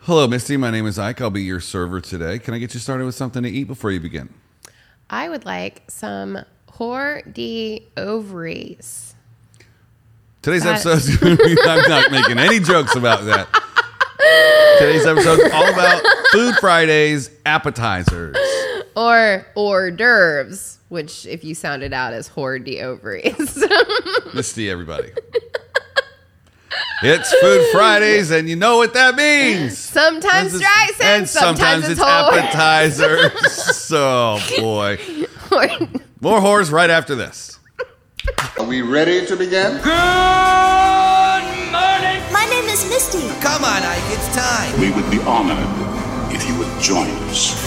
Hello, Misty. My name is Ike. I'll be your server today. Can I get you started with something to eat before you begin? I would like some hors d'oeuvres. Today's That- episode's going to be, I'm not making any jokes about that. Today's episode's all about Food Fridays appetizers. Or hors d'oeuvres, which if you sound it out is hors d'oeuvres. Misty, everybody. It's Food Fridays, and you know what that means. sometimes This is- dry sense, and sometimes, it's hors. appetizers. so, boy. More whores right after this. Are we ready to begin? My name is Misty. Come on, Ike, it's time. We would be honored if you would join us.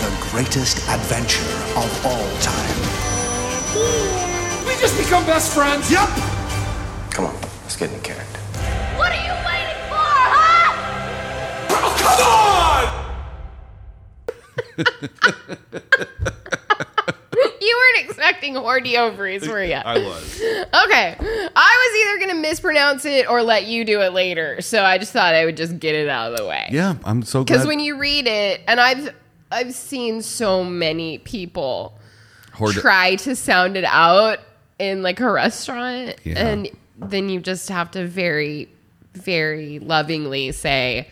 The greatest adventure of all time. We just become best friends. Yep. Come on, let's get in character. What are you waiting for, huh? You weren't expecting hors d'oeuvres, were you? I was. Okay. I was either going to mispronounce it or let you do it later. So I just thought I would just get it out of the way. Yeah, I'm so glad. Because when you read it, and I've I've seen so many people Hors- try to sound it out in like a restaurant, Yeah. and then you just have to very, very lovingly say,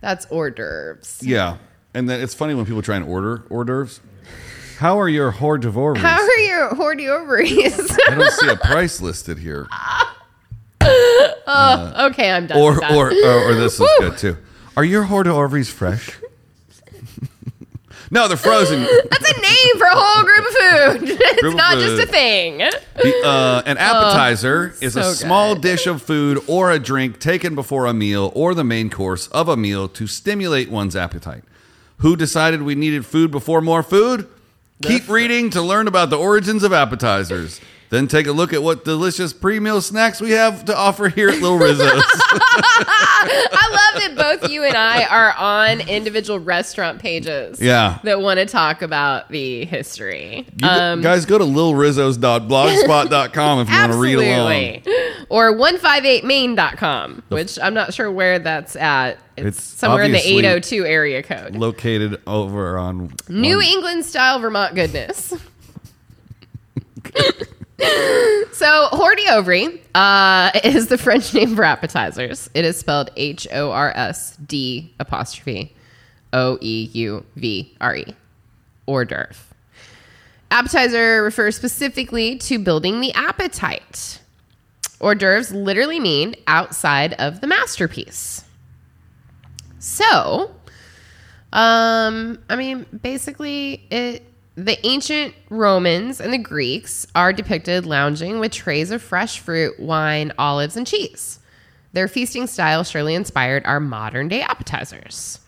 "That's hors d'oeuvres." Yeah, and then it's funny when people try and order hors d'oeuvres. How are your hors d'oeuvres? How are your hors d'oeuvres? I don't see a price listed here. Ah, okay, I'm done. with Or that. or or, or this is good too. Are your hors d'oeuvres fresh? no, they're frozen. that's a name for a whole group of food. it's Group of not food. just a thing. The, uh, an appetizer is a Oh, so small good. dish of food or a drink taken before a meal or the main course of a meal to stimulate one's appetite. Who decided we needed food before more food? Keep reading to learn about the origins of appetizers. Then take a look at what delicious pre meal snacks we have to offer here at Little Rizzo's. I love that both you and I are on individual restaurant pages. Yeah. That want to talk about the history. You Um, guys, go to lilrizzo's.blogspot.com if you want to read along. Absolutely. Or 158main.com, which I'm not sure where that's at. It's, It's somewhere in the obviously- 802 area code. Located over on New E- on- England style Vermont goodness. so, hors d'oeuvre uh, is the French name for appetizers. It is spelled H O R S D apostrophe O E U V R E. Hors d'oeuvre. Appetizer refers specifically to building the appetite. Hors d'oeuvres literally mean outside of the masterpiece. So, um, I mean, basically, it the ancient Romans and the Greeks are depicted lounging with trays of fresh fruit, wine, olives, and cheese. Their feasting style surely inspired our modern day appetizers.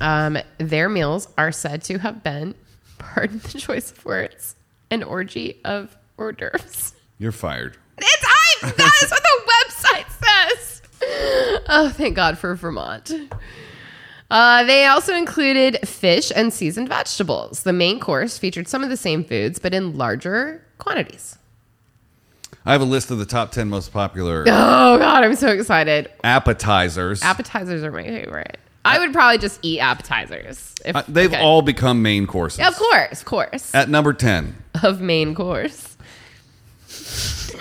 Um, their meals are said to have been, pardon the choice of words, an orgy of hors d'oeuvres. You're fired. It's I. That is what the website says. Oh, thank God for Vermont. Uh, they also included fish and seasoned vegetables. The main course featured some of the same foods, but in larger quantities. I have a list of the top 10 most popular Oh God, I'm so excited! appetizers. Appetizers are my favorite. I would probably just eat appetizers. If, Uh, they've okay. all become main courses. of course, of course, At number 10, of main course.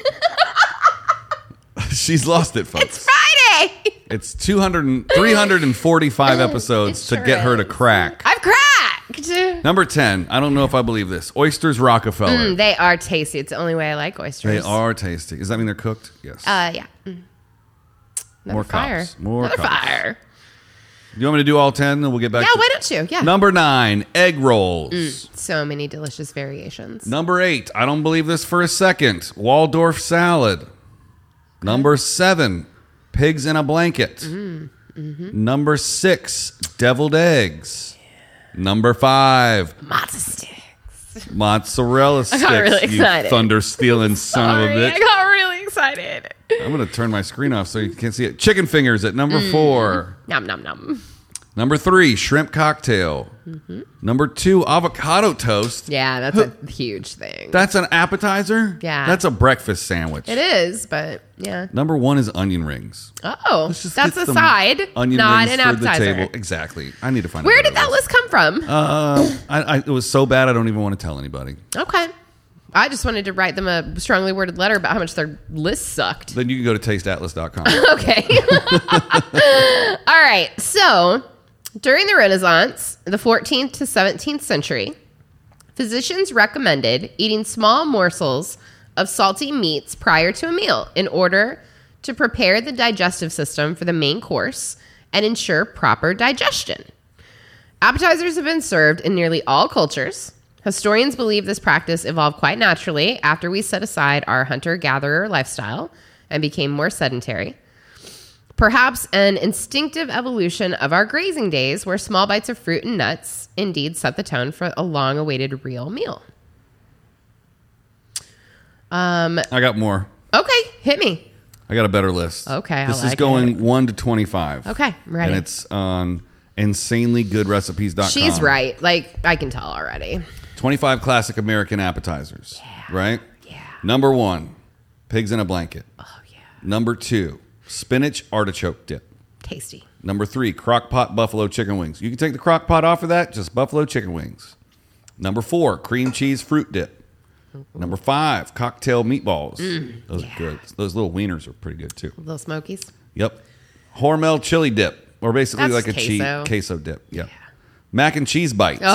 she's lost it, folks. Friday, It's, 200 and, 345 episodes It to sure get her to is. crack. I've cracked. Number 10, I don't know if I believe this. Oysters Rockefeller. They are tasty. It's the only way I like oysters. they are tasty. Does that mean they're cooked? Yes. Uh, yeah. Mm. Another More fire. cops. More Another cops. fire. you want me to do all 10 then we'll get back Yeah, to why don't you? Yeah. Mm. Number 9, egg rolls. so many delicious variations. Number 8, I don't believe this for a second. Waldorf salad. Number 7, pigs in a blanket. Number 6, deviled eggs. Number 5, Matzo stick. mozzarella sticks. got really You excited. thunder stealing son of a Sorry, I bitch. got really excited. Mm. I'm gonna turn my screen off so you can't see it. Chicken fingers at number four. Nom nom nom. Number three, shrimp cocktail. Number two, avocado toast. Mm-hmm. Yeah, that's a huge thing. That's an appetizer. Yeah. That's a breakfast sandwich. it is, but yeah. Number one is onion rings. Oh, Let's just that's get a some side, Onion not rings an for the appetizer. table. Exactly. I need to find. out Where what did it that was. list come from? Uh, I, I, it was so bad I don't even want to tell anybody. okay. I just wanted to write them a strongly worded letter about how much their list sucked. Then you can go to tasteatlas.com. Okay. All right. So during the Renaissance, the 14th to 17th century, physicians recommended eating small morsels of salty meats prior to a meal in order to prepare the digestive system for the main course and ensure proper digestion. Appetizers have been served in nearly all cultures. Historians believe this practice evolved quite naturally after we set aside our hunter gatherer lifestyle and became more sedentary. Perhaps an instinctive evolution of our grazing days, where small bites of fruit and nuts indeed set the tone for a long awaited real meal. I got more. Okay, hit me. I got a better list. Okay, I This is like going 1 to 25. Okay, I'm ready. And it's on insanelygoodrecipes.com. She's right. Like, I can tell already. 25 classic American appetizers. Right? Yeah. Number one, pigs in a blanket. Oh, yeah. Number two, spinach artichoke dip. Tasty. Number three, crock pot buffalo chicken wings. You can take the crock pot off of that, just buffalo chicken wings. Number four, cream cheese fruit dip. Number five, cocktail meatballs. Mm. Those are good. Those little wieners are pretty good too. Little Smokies. Yep. Hormel chili dip, or basically That's like a queso. cheese queso dip. Yep. Mac and cheese bites. Get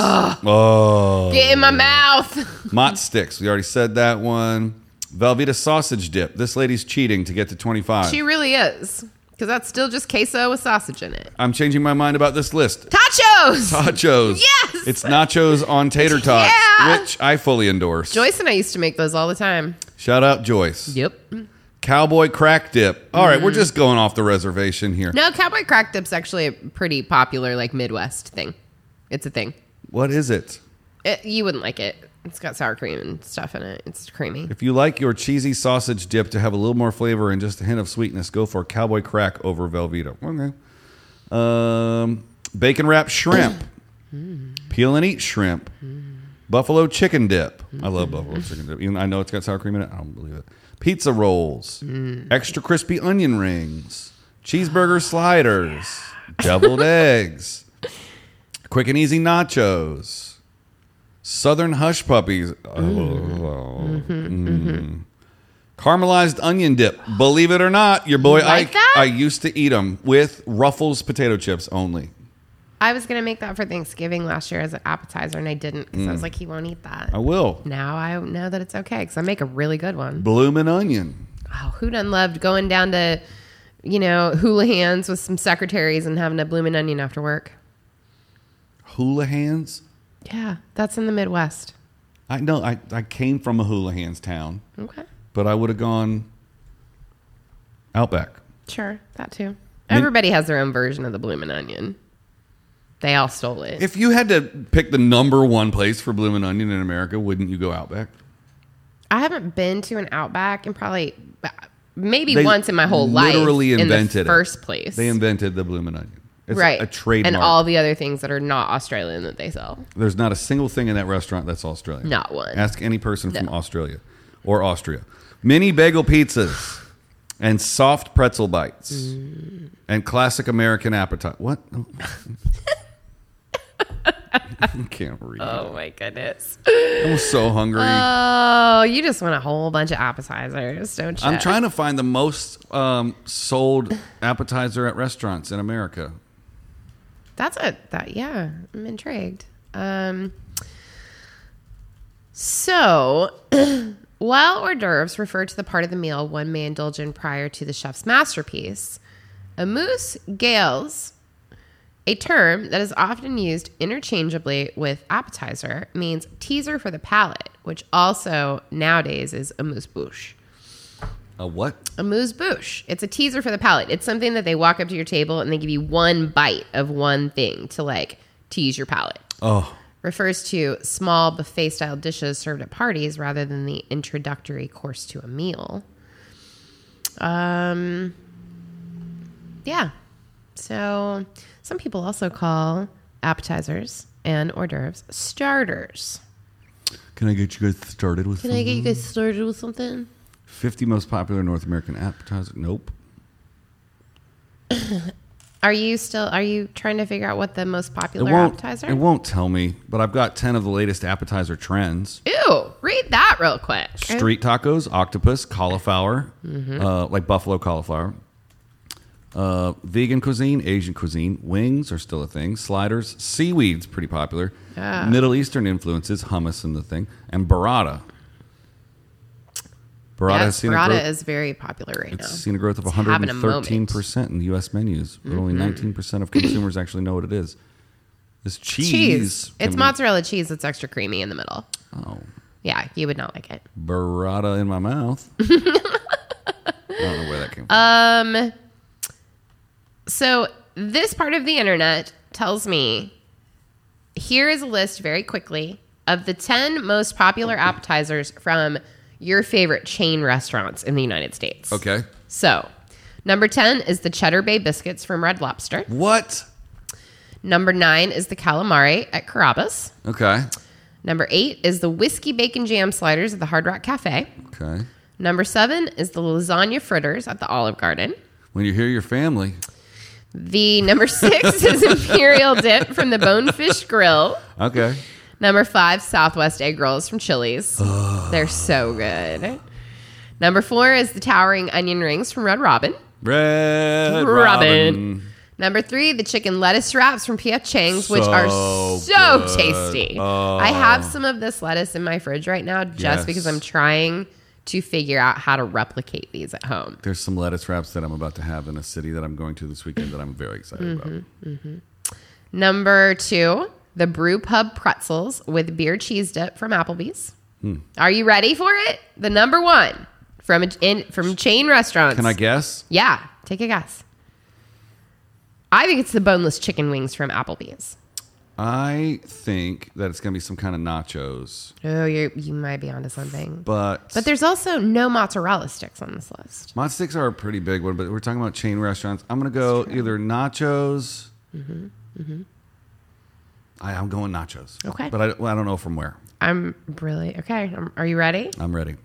in my mouth. Mott sticks. We already said that one. Velveeta sausage dip. This lady's cheating to get to 25. she really is. Because that's still just queso with sausage in it. I'm changing my mind about this list. Tachos! Nachos. Yes! It's nachos on tater tots, Yeah! which I fully endorse. Joyce and I used to make those all the time. Shout out Joyce. Yep. Cowboy crack dip. All right, we're just going off the reservation here. Mm. No, cowboy crack dip's actually a pretty popular like Midwest thing. It's a thing. What is it? It, you wouldn't like it. It's got sour cream and stuff in it. It's creamy. If you like your cheesy sausage dip to have a little more flavor and just a hint of sweetness, go for cowboy crack over Velveeta. Okay. Um, bacon wrap shrimp. Peel and eat shrimp. Mm. Buffalo chicken dip. I love buffalo chicken dip. Even I know it's got sour cream in it. I don't believe it. Pizza rolls. Mm. Extra crispy onion rings. Cheeseburger sliders. Deviled eggs. Quick and easy nachos. Southern hush puppies. Mm. Oh, Mm-hmm, Mm. Caramelized onion dip. Believe it or not, your boy like Ike. that? I used to eat them with Ruffles potato chips only. I was gonna make that for Thanksgiving last year as an appetizer, and I didn't because I was like, he won't eat that. I will. Now I know that it's okay because I make a really good one. Bloomin' onion. Oh, who done loved going down to, you know, Houlihan's with some secretaries and having a bloomin' onion after work? Hula hands. Yeah, that's in the Midwest. I know I, I came from a hula hands town, Okay, but I would have gone outback. sure, that too. Everybody has their own version of the bloomin' onion. They all stole it. If you had to pick the number one place for bloomin' onion in America, wouldn't you go outback? I haven't been to an Outback in probably maybe They once in my whole life. literally in invented it. the first place. They invented the bloomin' onion. It's right a trademark. and all the other things that are not Australian that they sell. There's not a single thing in that restaurant that's Australian. Not one. Ask any person from Australia or Austria. Mini bagel pizzas and soft pretzel bites Mm. and classic American appetite. What? Oh. I can't read. Oh my goodness! I'm so hungry. Oh, you just want a whole bunch of appetizers, don't you? I'm trying to find the most um, sold appetizer at restaurants in America. That's a that yeah. I'm intrigued. Um. So, while hors d'oeuvres refer to the part of the meal one may indulge in prior to the chef's masterpiece, amuse gales, a term that is often used interchangeably with appetizer, means teaser for the palate, which also nowadays is amuse bouche A what? amuse bouche. It's a teaser for the palate. It's something that they walk up to your table and they give you one bite of one thing to like tease your palate. Oh, Refers to small buffet style dishes served at parties rather than the introductory course to a meal. Um, yeah, So some people also call appetizers and hors d'oeuvres starters. Can I get you guys started with Can I get you guys started with something? 50 most popular North American appetizer? Nope. Are you still? Are you trying to figure out what the most popular appetizer? It won't tell me, but I've got 10 of the latest appetizer trends. Ew! Read that real quick. Street tacos, octopus, cauliflower, Mm-hmm. uh, like buffalo cauliflower. Uh, vegan cuisine, Asian cuisine, wings are still a thing. Sliders, seaweed's pretty popular. Middle Eastern influences, hummus and the thing, and burrata. Burrata has Yes, seen a burrata growth, is very popular right it's now. seen a growth of It's having a Mm-hmm. 113 percent in the U.S. menus, but only 19 percent of consumers actually know what it is. This cheese, Cheese. can It's be- mozzarella cheese that's extra creamy in the middle. Oh, Yeah, you would not like it. burrata in my mouth. I don't know where that came from. So, this part of the internet tells me here is a list very quickly of the 10 most popular appetizers from your favorite chain restaurants in the United States. okay. So, number 10 is the Cheddar Bay biscuits from Red Lobster. What? Number 9 is the calamari at Carabas. Okay. Number 8 is the whiskey bacon jam sliders at the Hard Rock Cafe. Okay. Number 7 is the lasagna fritters at the Olive Garden. When you hear your family, The number 6 is imperial dip from the Bonefish Grill. okay. Number five, Southwest egg rolls from Chili's. They're so good. Number four is the towering onion rings from Red Robin. Red Robin. Number three, the chicken lettuce wraps from P.F. Chang's, which So are so good. Oh. tasty. I have some of this lettuce in my fridge right now just Yes. because I'm trying to figure out how to replicate these at home. There's some lettuce wraps that I'm about to have in a city that I'm going to this weekend that I'm very excited about. Number two, the Brew Pub pretzels with beer cheese dip from Applebee's. Hmm. Are you ready for it? The number one from a, in, from chain restaurants. Can I guess? Yeah, take a guess. I think it's the boneless chicken wings from Applebee's. I think that it's going to be some kind of nachos, Oh, you you might be onto something. But, but there's also no mozzarella sticks on this list. Mod sticks are a pretty big one, but we're talking about chain restaurants. I'm gonna go either nachos. Mm-hmm, I, I'm going nachos. Okay. but I, well, I don't know from where. I'm really okay. um, are you ready? I'm ready.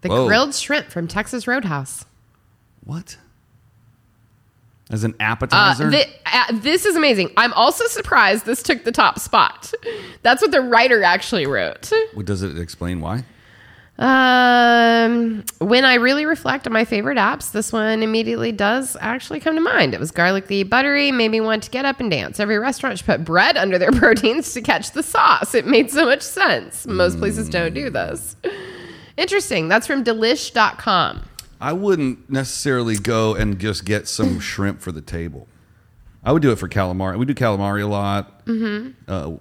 The Whoa. grilled shrimp from Texas Roadhouse. What? As an Uh, appetizer? thi- uh, this is amazing. I'm also surprised this took the top spot. That's what the writer actually wrote. Well, Does it explain why? Um, when I really reflect on my favorite apps, this one immediately does actually come to mind. It was garlicky, buttery, made me want to get up and dance. Every restaurant should put bread under their proteins to catch the sauce. It made so much sense. Most places don't do this. Interesting. That's from delish.com. I wouldn't necessarily go and just get some shrimp for the table. I would do it for calamari. We do calamari a lot. Mm-hmm. Uh,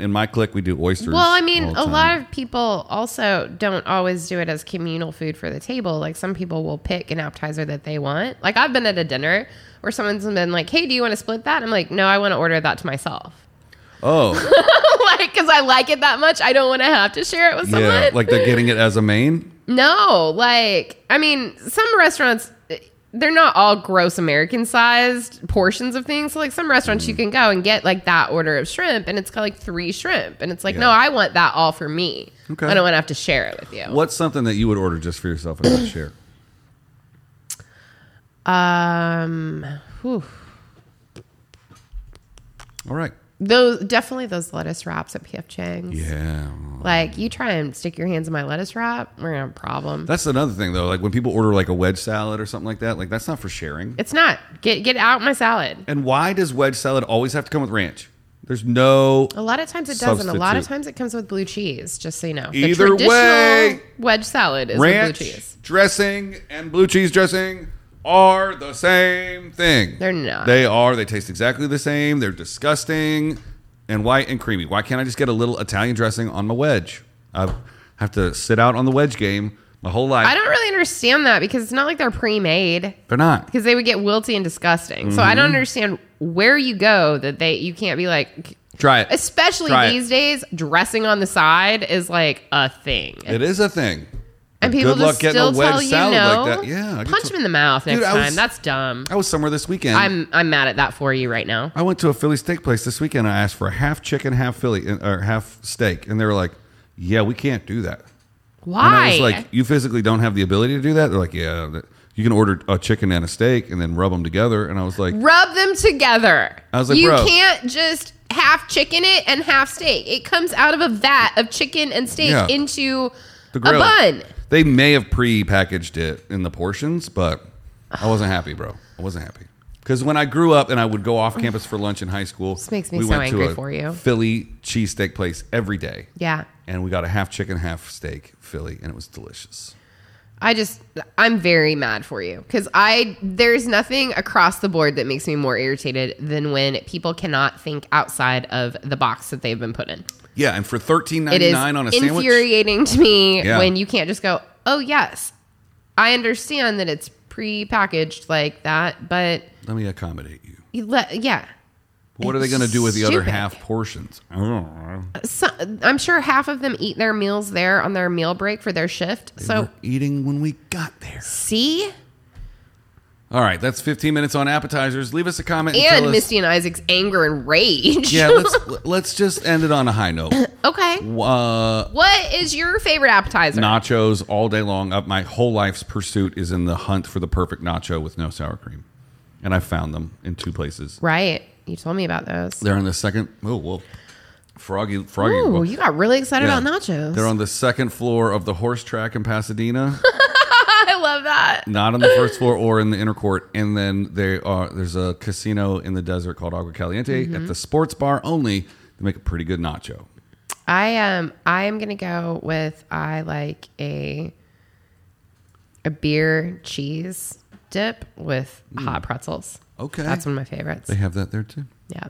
in my clique, we do oysters. Well, I mean, all the a time. lot of people also don't always do it as communal food for the table. Like some people will pick an appetizer that they want. Like I've been at a dinner where someone's been like, "Hey, do you want to split that?" I'm like, "No, I want to order that to myself." Oh, like because I like it that much. I don't want to have to share it with someone. yeah. Like they're getting it as a main? no, like I mean, some restaurants they're not all gross American sized portions of things. So like some restaurants Mm. you can go and get like that order of shrimp, and it's got like three shrimp, and it's like, Yeah. no, I want that all for me. Okay. I don't want to have to share it with you. What's something that you would order just for yourself and not share? Um, whew. All right. those definitely those lettuce wraps at PF Chang's. Yeah. Like you try and stick your hands in my lettuce wrap, we're gonna have a problem. That's another thing though. Like when people order like a wedge salad or something like that, like that's not for sharing. it's not get get out my salad. And why does wedge salad always have to come with ranch? There's no A lot of times it does, and a lot of Substitute. times it comes with blue cheese. Just so you know, Either the traditional way, wedge salad is ranch with blue cheese. dressing and blue cheese dressing are the same thing. They're not. They are. They taste exactly the same. They're disgusting and white and creamy. Why can't I just get a little Italian dressing on my wedge? I have to sit out on the wedge game my whole life. I don't really understand that because it's not like they're pre-made They're not. because they would get wilty and disgusting. So I don't Mm-hmm. understand where you go that they you can't be like, Try it. especially Try it. these days, dressing on the side is like a thing. It is a thing. And people Good luck just getting still a wedge tell you salad no. like that. Yeah, I get punch some- him in the mouth next Dude, I was- time. That's dumb. I was somewhere this weekend. I'm I'm mad at that for you right now. I went to a Philly steak place this weekend. I asked for a half chicken, half Philly, or half steak, and they were like, "Yeah, we can't do that." Why? And I was like, "You physically don't have the ability to do that." They're like, "Yeah, that- you can order a chicken and a steak and then rub them together." And I was like, Rub them together. I was like, you bro. can't just half chicken it and half steak. It comes out of a vat of chicken and steak Yeah. into "The a grill." bun. They may have pre-packaged it in the portions, but I wasn't happy, bro. I wasn't happy because when I grew up and I would go off campus for lunch in high school, this makes me so angry for you. Philly cheesesteak place every day. Yeah. and we got a half chicken, half steak Philly, and it was delicious. I just I'm very mad for you cuz I there's nothing across the board that makes me more irritated than when people cannot think outside of the box that they've been put in. Yeah, and for thirteen It ninety is nine on a sandwich, infuriating to me Yeah. when you can't just go, "Oh yes. I understand that it's pre-packaged like that, but let me accommodate you. you let, yeah. What are they going to do with the other Stupid. half portions? I don't know. So, I'm sure half of them eat their meals there on their meal break for their shift. So, We're eating when we got there. see? All right, that's fifteen minutes on appetizers. Leave us a comment and, And tell us- Misty and Isaac's anger and rage. Yeah, let's let's just end it on a high note. okay. Uh, What is your favorite appetizer? nachos all day long. Up my whole life's pursuit is in the hunt for the perfect nacho with no sour cream, and I found them in two places. right. You told me about those. They're on the second. Oh, whoa. Froggy, froggy. Ooh, well, you got really excited yeah. about nachos. They're on the second floor of the horse track in Pasadena, I love that. not on the first floor or in the inner court. And then they are there's a casino in the desert called Agua Caliente Mm-hmm. at the sports bar only. They make a pretty good nacho. I um I am gonna go with I like a a beer cheese dip with hot pretzels. Mm. Okay. That's one of my favorites. They Uh, have that there too. Yeah.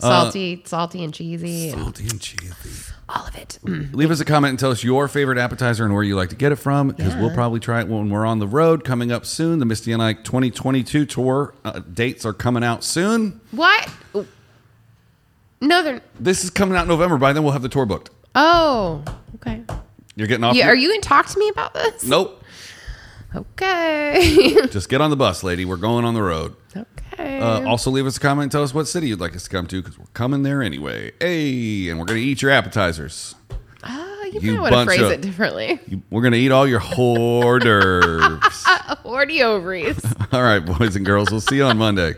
Salty, salty and cheesy, and Salty and cheesy. all of it. Mm. Leave us a comment and tell us your favorite appetizer and where you like to get it from because we'll probably try it when we're on the road coming up soon. The Misty and Ike 2022 tour uh, dates are coming out soon. What? No, they're. This is coming out in November. By then, we'll have the tour booked. Oh, okay. You're getting off. Yeah, your- are you gonna talk to me about this? Nope. Okay. Just get on the bus, lady. We're going on the road. okay. Uh, also, leave us a comment and tell us what city you'd like us to come to because we're coming there anyway. Hey, and we're going to eat your appetizers. Ah, you, you might want to bunch phrase of- it differently. You- We're going to eat all your hors d'oeuvres. Forty ovaries. all right, boys and girls, we'll see you on Monday.